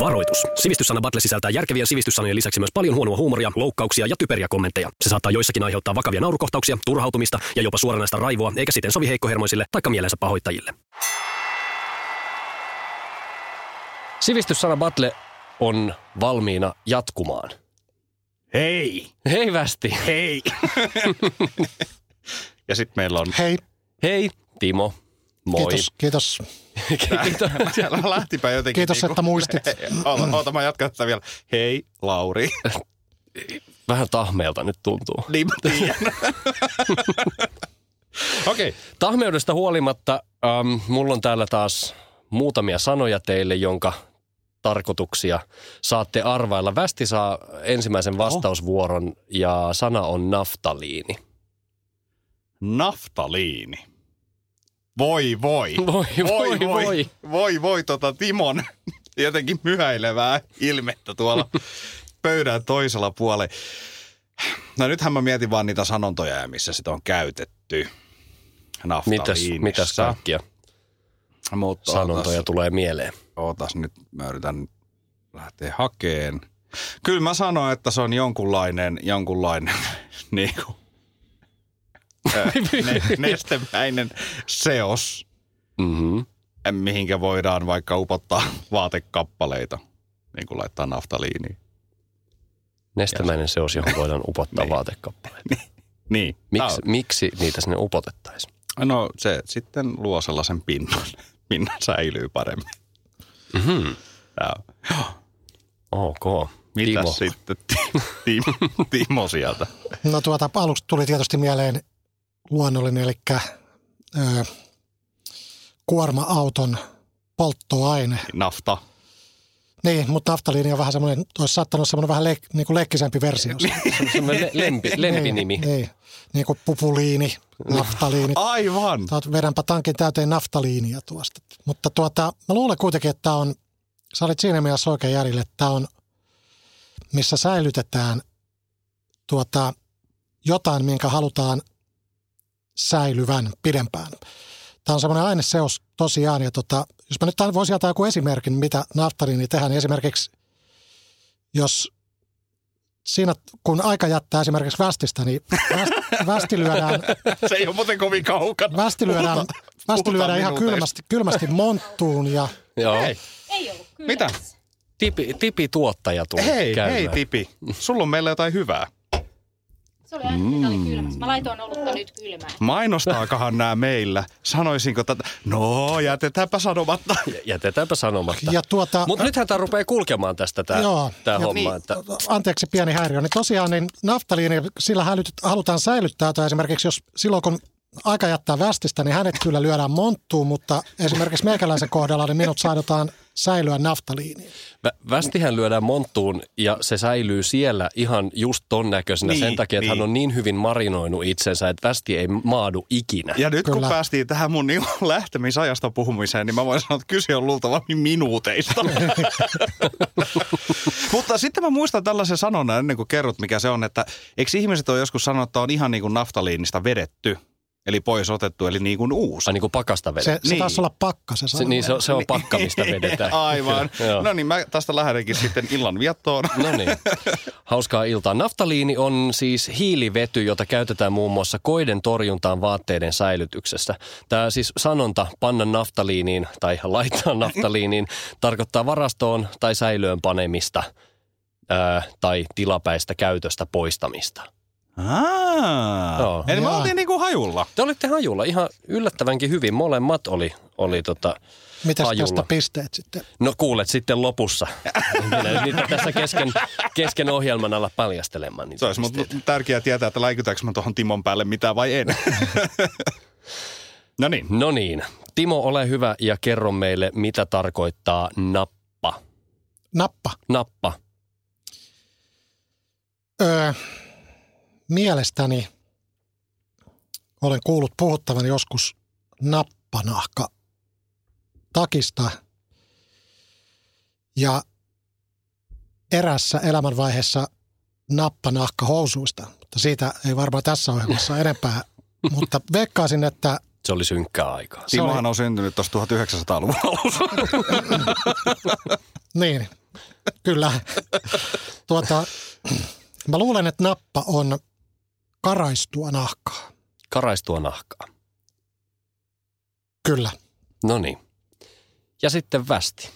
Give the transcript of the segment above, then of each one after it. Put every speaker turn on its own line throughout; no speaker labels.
Varoitus. Sivistyssana Battle sisältää järkevien sivistyssanojen lisäksi myös paljon huonoa huumoria, loukkauksia ja typeriä kommentteja. Se saattaa joissakin aiheuttaa vakavia naurukohtauksia, turhautumista ja jopa suoranaista raivoa, eikä siten sovi heikkohermoisille tai mielensä pahoittajille. Sivistyssana Battle on valmiina jatkumaan.
Hei!
Hei västi!
Hei! ja sitten meillä on...
Hei,
Hei Timo! Moi!
kiitos, kiitos.
Kiitos.
Siellä lähtipä jotenkin...
Kiitos, että muistit.
Oota, oota, mä jatkan tätä vielä. Hei, Lauri.
Vähän tahmeelta nyt tuntuu.
niin mä tiedän. Okei. Okay.
Tahmeudesta huolimatta, ähm, mulla on täällä taas muutamia sanoja teille, jonka tarkoituksia saatte arvailla. Västi saa ensimmäisen vastausvuoron ja sana on naftaliini.
Naftaliini. Voi voi.
Voi, voi,
voi,
voi.
voi, voi, voi tota Timon jotenkin myhäilevää ilmettä tuolla pöydän toisella puolella. No nythän mä mietin vaan niitä sanontoja, ja missä sitä on käytetty.
Mitäs,
Naftaliinissa.
mitäs kaikkia
Mutta
sanontoja
Ootas,
tulee mieleen?
ootas nyt, mä yritän lähteä hakeen. Kyllä mä sanoin, että se on jonkunlainen, jonkunlainen niin kuin, ne, nestemäinen seos,
Mm-hmm.
mihinkä voidaan vaikka upottaa vaatekappaleita, niin kuin laittaa naftaliiniin.
Nestemäinen seos, johon voidaan upottaa
Niin.
vaatekappaleita.
Niin.
Miksi, miksi niitä sinne upotettaisiin?
Tää on- No se sitten luo sellaisen pinnan, pinnan säilyy paremmin.
Mm-hmm.
Tää on.
Ok.
Mitäs
Timo,
sitten Ti- Ti- Timo sieltä?
No tuota, aluksi tuli tietysti mieleen luonnollinen, eli ö, kuorma-auton polttoaine.
Nafta.
Niin, mutta naftaliini on vähän semmoinen, olisi saattanut olla semmoinen vähän leik, niin kuin leikkisempi versio.
semmoinen le- lempi, lempinimi.
Niin, niin, niin kuin pupuliini, naftaliini.
Aivan.
Tuot, vedänpä tankin täyteen naftaliinia tuosta. Mutta tuota, mä luulen kuitenkin, että tää on, sä olit siinä mielessä oikein järjellä, että tämä on, missä säilytetään tuota, jotain, minkä halutaan säilyvän pidempään. Tämä on semmoinen aineseos tosiaan. Ja tota, jos mä nyt tän- voisin antaa joku esimerkin, mitä naftaliini tehdään, niin esimerkiksi jos siinä, kun aika jättää esimerkiksi västistä, niin väst, västi lyödään
Se ei ole muuten kovin kaukana.
Västi lyödään, västi lyödään ihan
No, minuuteista.
kylmästi, kylmästi monttuun ja
Joo.
Hei,
Ei ollut kyllä.
Mitä?
Tipi, tipi-tuottaja tuli
hei,
käymään.
hei Tipi. Sulla on meillä jotain hyvää.
Se oli aina, mitä oli kylmässä. Mä laitoin olutta nyt kylmään.
Mainostaakahan nämä meillä? Sanoisinko tätä? No, jätetäänpä sanomatta.
Jätetäänpä sanomatta.
Ja tuota-
Mutta nythän tämä rupeaa kulkemaan tästä tämä
Joo.
tää
Ja
homma. Niin.
niin.
Että,
anteeksi pieni häiriö. Niin tosiaan niin naftaliini, sillä hälytyt, halutaan säilyttää jotain. Esimerkiksi jos silloin kun aika jättää västistä, niin hänet kyllä lyödään monttuun, mutta esimerkiksi meikäläisen kohdalla niin minut saadutaan säilyä naftaliiniin.
Vä- västihän lyödään monttuun ja se säilyy siellä ihan just ton näköisenä
Niin,
sen takia, että
niin.
hän on niin hyvin marinoinut itsensä, että västi ei maadu ikinä.
Ja nyt Kyllä. kun
Kyllä.
päästiin tähän mun niinku lähtemisajasta puhumiseen, niin mä voin sanoa, että kyse on luultavasti minuuteista. Mutta sitten mä muistan tällaisen sanonnan ennen kuin kerrot, mikä se on, että eikö ihmiset ole joskus sanonut, että on ihan niin kuin naftaliinista vedetty, eli pois otettu, eli niin kuin uusi.
Ai niin kuin pakasta vedetään.
Se, se
Niin.
taisi olla pakka se,
Se,
sana.
niin se, on- se on pakka, mistä vedetään.
Aivan.
Kyllä, joo.
no niin, mä tästä lähdenkin sitten illan viettoon.
No niin, hauskaa iltaa. Naftaliini on siis hiilivety, jota käytetään muun muassa koiden torjuntaan vaatteiden säilytyksessä. Tämä siis sanonta panna naftaliiniin tai laittaa naftaliiniin tarkoittaa varastoon tai säilöön panemista ää, tai tilapäistä käytöstä poistamista.
Aa,
Joo.
Eli me
Jaa.
oltiin niin kuin hajulla.
Te olitte hajulla ihan yllättävänkin hyvin. Molemmat oli, oli tota,
Mitäs
hajulla.
tästä pisteet sitten?
No kuulet sitten lopussa. Minä nyt niitä tässä kesken, kesken ohjelman alla paljastelemaan. niitä
Se olisi mut
pisteitä.
tärkeää tietää, että läikytäänkö mä tuohon Timon päälle mitään vai en. no niin.
No niin, Timo ole hyvä ja kerro meille, mitä tarkoittaa nappa.
Nappa.
Nappa.
Öö, mielestäni olen kuullut puhuttavan joskus nappanahka takista. Ja erässä elämänvaiheessa nappanahka housuista. Mutta siitä ei varmaan tässä ohjelmassa enempää. Mutta veikkaisin, että
Se oli synkkää aikaa.
Se
Timohan on syntynyt tuossa 1900-luvun alussa.
niin, Kyllä. tuota, mä luulen, että nappa on karaistua nahkaa.
Karaistua nahkaa.
Kyllä.
No niin. Ja sitten västi.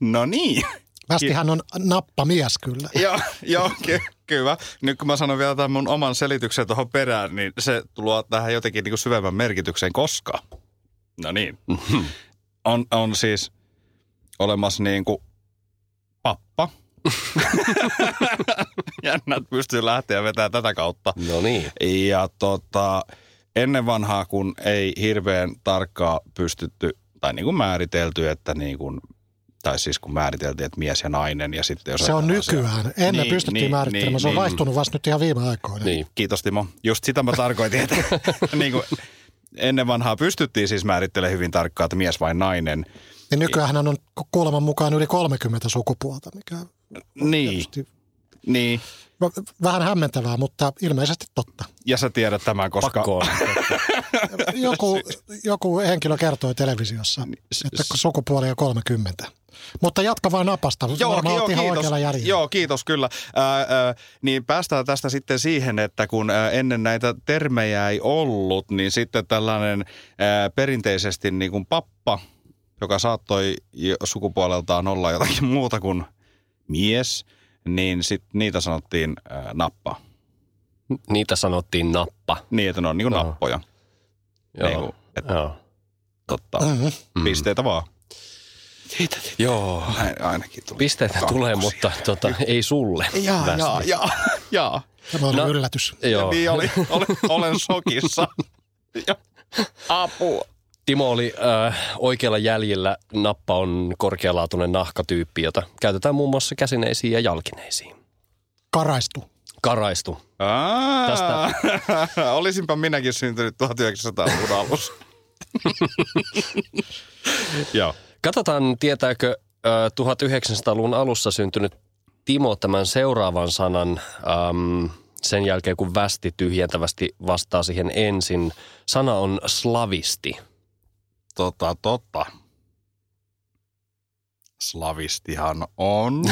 No niin.
Västihän on nappamies kyllä.
joo, joo ky- kyllä. Nyt kun mä sanon vielä tämän mun oman selityksen tuohon perään, niin se tulee tähän jotenkin niin kuin syvemmän merkitykseen, koska... No niin. On, on siis olemassa niin kuin pappa. Jännät pystyy lähteä vetämään tätä kautta.
No niin.
Ja tota, ennen vanhaa, kun ei hirveän tarkkaa pystytty, tai niin kuin määritelty, että niin kuin, tai siis kun määriteltiin, että mies ja nainen, ja sitten jos...
Se on
ajatellaan asiaa-
nykyään. Ennen
Niin,
niin, pystyttiin
niin,
niin, määrittelemään. se on
niin,
vaihtunut vasta nyt ihan viime aikoina.
Niin.
Kiitos Timo. Just sitä mä tarkoitin, että niin kuin, ennen vanhaa pystyttiin siis määrittelemään hyvin tarkkaan, että mies vai nainen.
niin nykyään on ku- kuuleman mukaan yli 30 sukupuolta, mikä on
Niin,
tietysti
niin.
v- vähän hämmentävää, mutta ilmeisesti totta.
Ja sä tiedät tämän, koska...
Pakko on.
Joku, joku henkilö kertoi televisiossa,
Niin,
että sukupuoli on 30. Mutta jatka vaan napasta.
Joo,
Varmaan
joo,
oot ihan
kiitos.
oikealla järjellä.
joo, kiitos kyllä. Ää, ää, niin päästään tästä sitten siihen, että kun ää, ennen näitä termejä ei ollut, niin sitten tällainen ää, perinteisesti niin kuin pappa, joka saattoi jo- sukupuoleltaan olla jotakin muuta kuin mies, niin sit niitä sanottiin ää, nappa.
Niitä sanottiin nappa.
Niin, että ne on niin kuin
Joo.
nappoja.
Joo.
Niin kuin, että
Joo.
totta.
Mhm.
Pisteitä vaan.
Joo.
Näin ainakin tuli.
Pisteitä tulee, mutta tota, ei sulle.
Jaa,
Västi.
jaa, jaa, jaa.
Tämä oli
No.
no. yllätys.
Joo.
Niin oli, olen, olen sokissa. Ja, apua.
Timo oli äh, oikealla jäljellä. Nappa on korkealaatuinen nahkatyyppi, jota käytetään muun muassa käsineisiin ja jalkineisiin.
Karaistu.
Karaistu.
Aa,
Tästä-
Olisinpa minäkin syntynyt 1900-luvun alussa. Joo.
Katsotaan, tietääkö äh, 1900-luvun alussa syntynyt Timo tämän seuraavan sanan äm, sen jälkeen, kun västi tyhjentävästi vastaa siihen ensin. Sana on slavisti.
Tota, totta. Slavistihan on.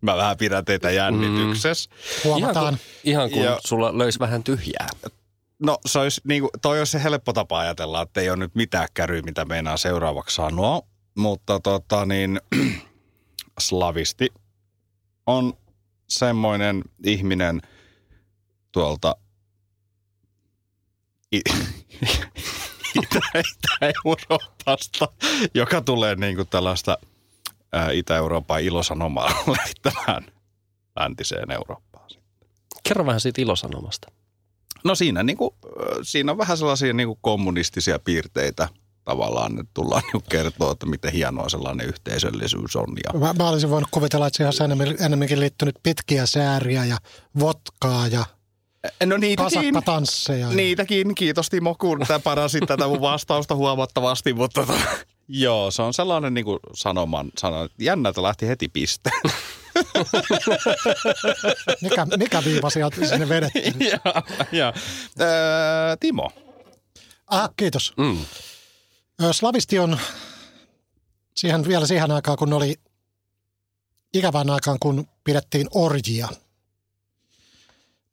Mä vähän pidän teitä jännityksessä.
Huomataan.
Ihan kuin
Ja-
sulla löisi vähän tyhjää.
No se olisi, niin kuin, toi olisi se helppo tapa ajatella, että ei ole nyt mitään käryä, mitä meinaa seuraavaksi sanoa. Mutta tota niin, slavisti on semmoinen ihminen tuolta i- itä, Itä-Euroopasta, joka tulee niin kuin tällaista ää, Itä-Euroopan ilosanomaa levittämään läntiseen Eurooppaan.
Kerro vähän siitä ilosanomasta.
No siinä, niin kuin, siinä on vähän sellaisia niin kuin kommunistisia piirteitä tavallaan, että tullaan niin kertoa, että miten hienoa sellainen yhteisöllisyys on. Ja,
Mä, mä olisin voinut kuvitella, että siihen olisi enemmän- enemmänkin liittynyt pitkiä sääriä ja votkaa ja
no niitäkin,
kasakkatansseja. ja-
niitäkin, kiitos Timo, kun tämä parasi tätä mun vastausta huomattavasti, mutta tota, joo, se on sellainen niin kuin sanoman, sanon, jännä, että lähti heti piste.
Mikä, mikä viiva sieltä sinne vedettiin?
ja, ja. Öö, Timo,
Ah, kiitos.
Mm.
Ö, Slavisti on siihen, vielä siihen aikaan, kun oli ikävään aikaan, kun pidettiin orjia,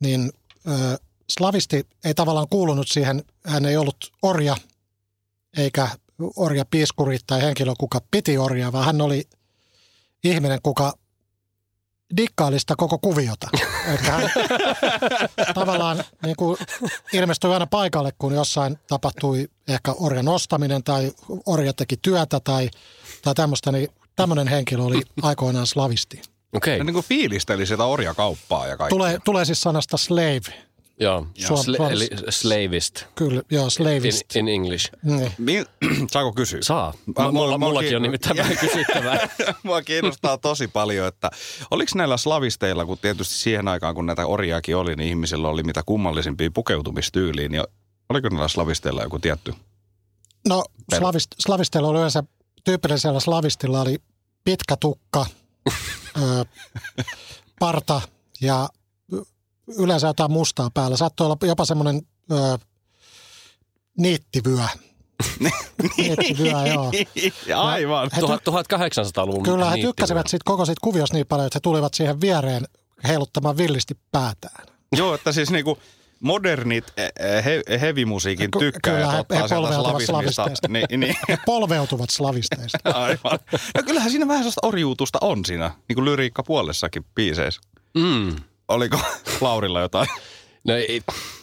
niin ö, slavisti ei tavallaan kuulunut siihen, hän ei ollut orja eikä orja piiskuri tai henkilö, kuka piti orjaa, vaan hän oli ihminen, kuka dikkailista koko kuviota. Että hän tavallaan niin kuin ilmestyi aina paikalle, kun jossain tapahtui ehkä orjan ostaminen tai orja teki työtä tai, tai tämmöistä, niin tämmöinen henkilö oli aikoinaan slavisti.
Okei,
niin kuin fiilisteli sitä orjakauppaa ja kaikkea.
Tulee, tulee siis sanasta slave,
joo.
Joo.
Sla- eli slavist
kyllä, joo,
in,
slavist.
in English.
Niin.
Mil, saako kysyä?
Saa.
Mä-
Mä, mulla,
mulla-
mullakin on
mulla-
nimittäin vähän kysyttävää.
Mua kiinnostaa tosi paljon, että oliko näillä slavisteilla, kun tietysti siihen aikaan, kun näitä orjaakin oli, niin ihmisillä oli mitä kummallisempia pukeutumistyyliin, niin oliko näillä slavisteilla joku tietty?
No
Per-
slavist, slavistilla oli yleensä, tyypillisellä slavistilla oli pitkä tukka, ö, parta ja y- yleensä jotain mustaa päällä. Saattoi olla jopa semmoinen ö, niittivyö
Niin.
Miettikää, joo.
Aivan.
He, ty-
1800-luvun
kyllä he
niittyvuodet.
tykkäsivät siitä koko siitä kuviosta niin paljon, että he tulivat siihen viereen heiluttamaan villisti päätään.
Joo, että siis niinku modernit eh, he, hevimusiikin
Ky-
tykkää,
kyllä,
että
he- he
ottaa sieltä
polveutuvat
slavismista.
slavisteista.
Niin, niin.
He polveutuvat slavisteista.
Aivan. No kyllähän siinä vähän sellaista orjuutusta on siinä, niin kuin lyriikka puolessakin biiseissä.
Mm.
Oliko Laurilla jotain?
No ei,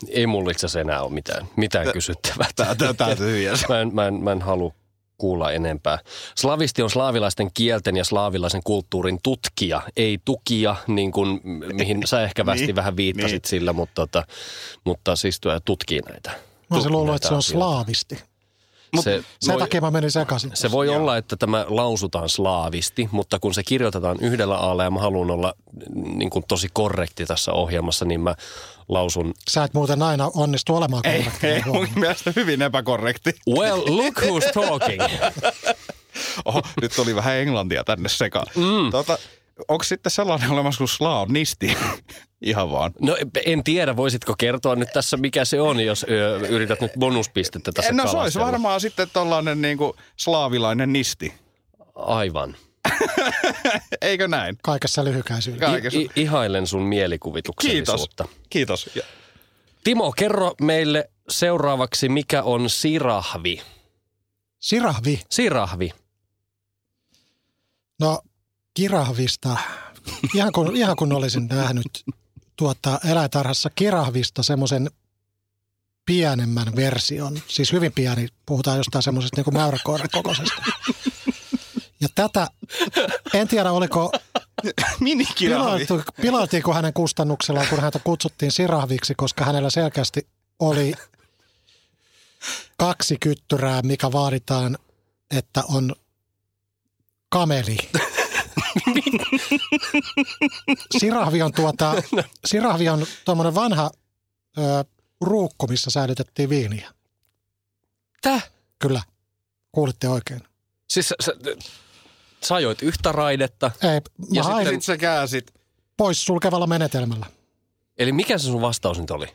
ei mulla itse asiassa enää ole mitään, mitään kysyttävää.
Tää, tää, tää tyhjäs.
Mä en, mä en, mä en halua kuulla enempää. Slavisti on slaavilaisten kielten ja slaavilaisen kulttuurin tutkija, ei tukija, niin kuin, m- mihin sä ehkä västi
Niin,
vähän viittasit
niin.
sillä, mutta, tota, mutta siis tuo tutkii näitä.
Mä
tutkii
olisin luullut,
näitä
että No, se on
asioita.
slaavisti.
Se
Sen
voi-
takia mä menin sekaisin.
se voi olla, että tämä lausutaan slaavisti, mutta kun se kirjoitetaan yhdellä aalla ja mä haluan olla niin kuin tosi korrekti tässä ohjelmassa, niin mä lausun
Sä et muuten aina onnistu olemaan
Ei, ei
korrekti.
mun mielestä hyvin epäkorrekti.
Well, look who's talking.
Oho, nyt tuli vähän englantia tänne sekaan. Mm. Tota, onko sitten sellainen olemassa kuin slaavnisti? Ihan vaan.
No en tiedä, voisitko kertoa nyt tässä, mikä se on, jos ö, yrität nyt bonuspistettä tässä
no se olisi
kalastella.
varmaan sitten tällainen niin kuin slaavilainen nisti.
Aivan.
Eikö näin?
Kaikessa lyhykäisyydessä.
Kaikessa.
I, i, ihailen sun mielikuvituksellisuutta.
Kiitos. Ja-
Timo, kerro meille seuraavaksi, mikä on sirahvi.
Sirahvi.
Sirahvi.
No, kirahvista. Ihan kun, ihan kun olisin nähnyt tuota eläintarhassa kirahvista semmoisen pienemmän version. Siis hyvin pieni, puhutaan jostain semmoisesta niin mäyräkoiran kokoisesta. Ja tätä, en tiedä oliko
Minikirahvi.
piloitu, piloitiinko hänen kustannuksellaan, kun häntä kutsuttiin sirahviksi, koska hänellä selkeästi oli kaksi kyttyrää, mikä vaaditaan, että on kameli. Sirahvi on, tuota, sirahvi on tuommoinen vanha ö, ruukku, missä säilytettiin viiniä.
Täh?
Kyllä, kuulitte oikein.
Siis sä, sä, sä ajoit yhtä raidetta.
Ei, mä
Ja
hain
Sitten sä käänsit.
poissulkevalla menetelmällä.
Eli mikä se sun vastaus nyt oli?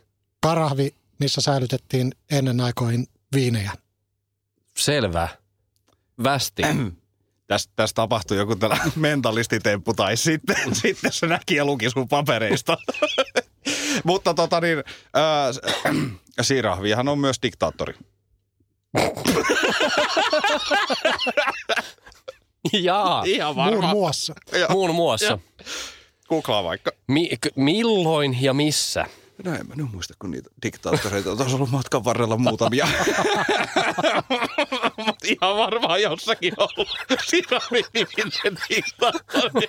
Karahvi, missä säilytettiin ennen aikoin viinejä.
Selvä. Västi.
Tästä, tästä tapahtui joku tällä mentalistitemppu tai sitten, sitten se näki ja luki sun papereista. Mutta tota niin, ää, s- Sirahvihan on myös diktaattori.
Jaa.
Ihan
Muun muassa.
Muun muassa.
Googlaa vaikka.
Mi, k- milloin ja missä?
No en mä nyt muista, kun niitä diktaattoreita on tuossa ollut matkan varrella muutamia. Mutta ihan varmaan jossakin ollut. Sirahvi-niminen diktaattori.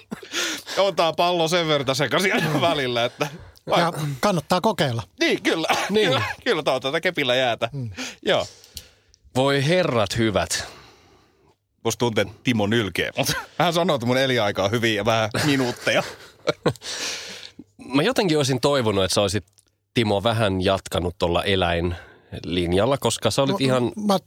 On tää pallo sen verta sekaisin aina välillä, että...
Ja kannattaa kokeilla.
Niin, kyllä.
Niin.
Kyllä, kyllä tää on tätä kepillä jäätä. Mm. Joo.
Voi herrat hyvät.
Musta tuntuu, että Timo nylkee, mutta hän sanoo, että mun elinaika on hyvin ja vähän minuutteja.
Mä jotenkin olisin toivonut, että sä olisit Timo vähän jatkanut tuolla eläinlinjalla, koska
No,
sä olit ihan...
Mä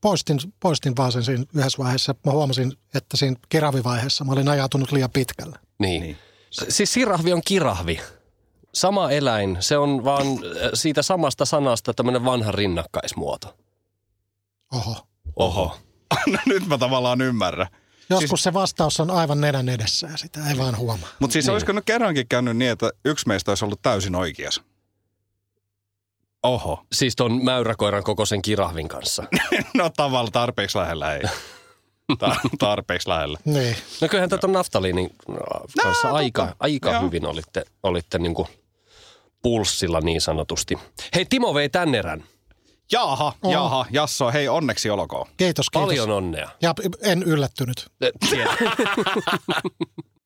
poistin, poistin vaan sen siinä yhdessä vaiheessa. Mä huomasin, että siinä kiravivaiheessa mä olin ajautunut liian pitkälle.
Niin.
Niin.
niin. Siis sirahvi on kirahvi. Sama eläin. Se on vaan äh, siitä samasta sanasta tämmöinen vanha rinnakkaismuoto.
Oho.
Oho.
No nyt mä tavallaan ymmärrän.
Joskus siis... se vastaus on aivan nenän edessä ja sitä ei vaan huomaa.
Mutta siis niin.
Niin.
olisiko nyt kerrankin käynyt niin, että yksi meistä olisi ollut täysin oikeas? Oho.
Siis ton mäyräkoiran kokoisen kirahvin kanssa.
No tavalla tarpeeksi lähellä ei. Ta- tarpeeksi lähellä.
Niin.
No kyllähän tätä naftaliinin äh, kanssa
No,
aika,
totta.
aika
Joo.
hyvin olitte, olitte niin kuin pulssilla niin sanotusti. Hei, Timo vei tän erän.
Jaaha, jaaha, Jasso, hei onneksi olkoon.
Kiitos, kiitos.
Paljon onnea.
Ja en yllättynyt.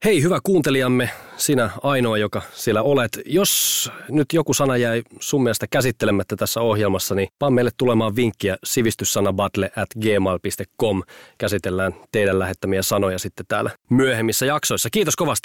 Hei hyvä kuuntelijamme, sinä ainoa, joka siellä olet. Jos nyt joku sana jäi sun mielestä käsittelemättä tässä ohjelmassa, niin vaan meille tulemaan vinkkiä sivistyssanabattle at gmail.com. Käsitellään teidän lähettämiä sanoja sitten täällä myöhemmissä jaksoissa. Kiitos kovasti.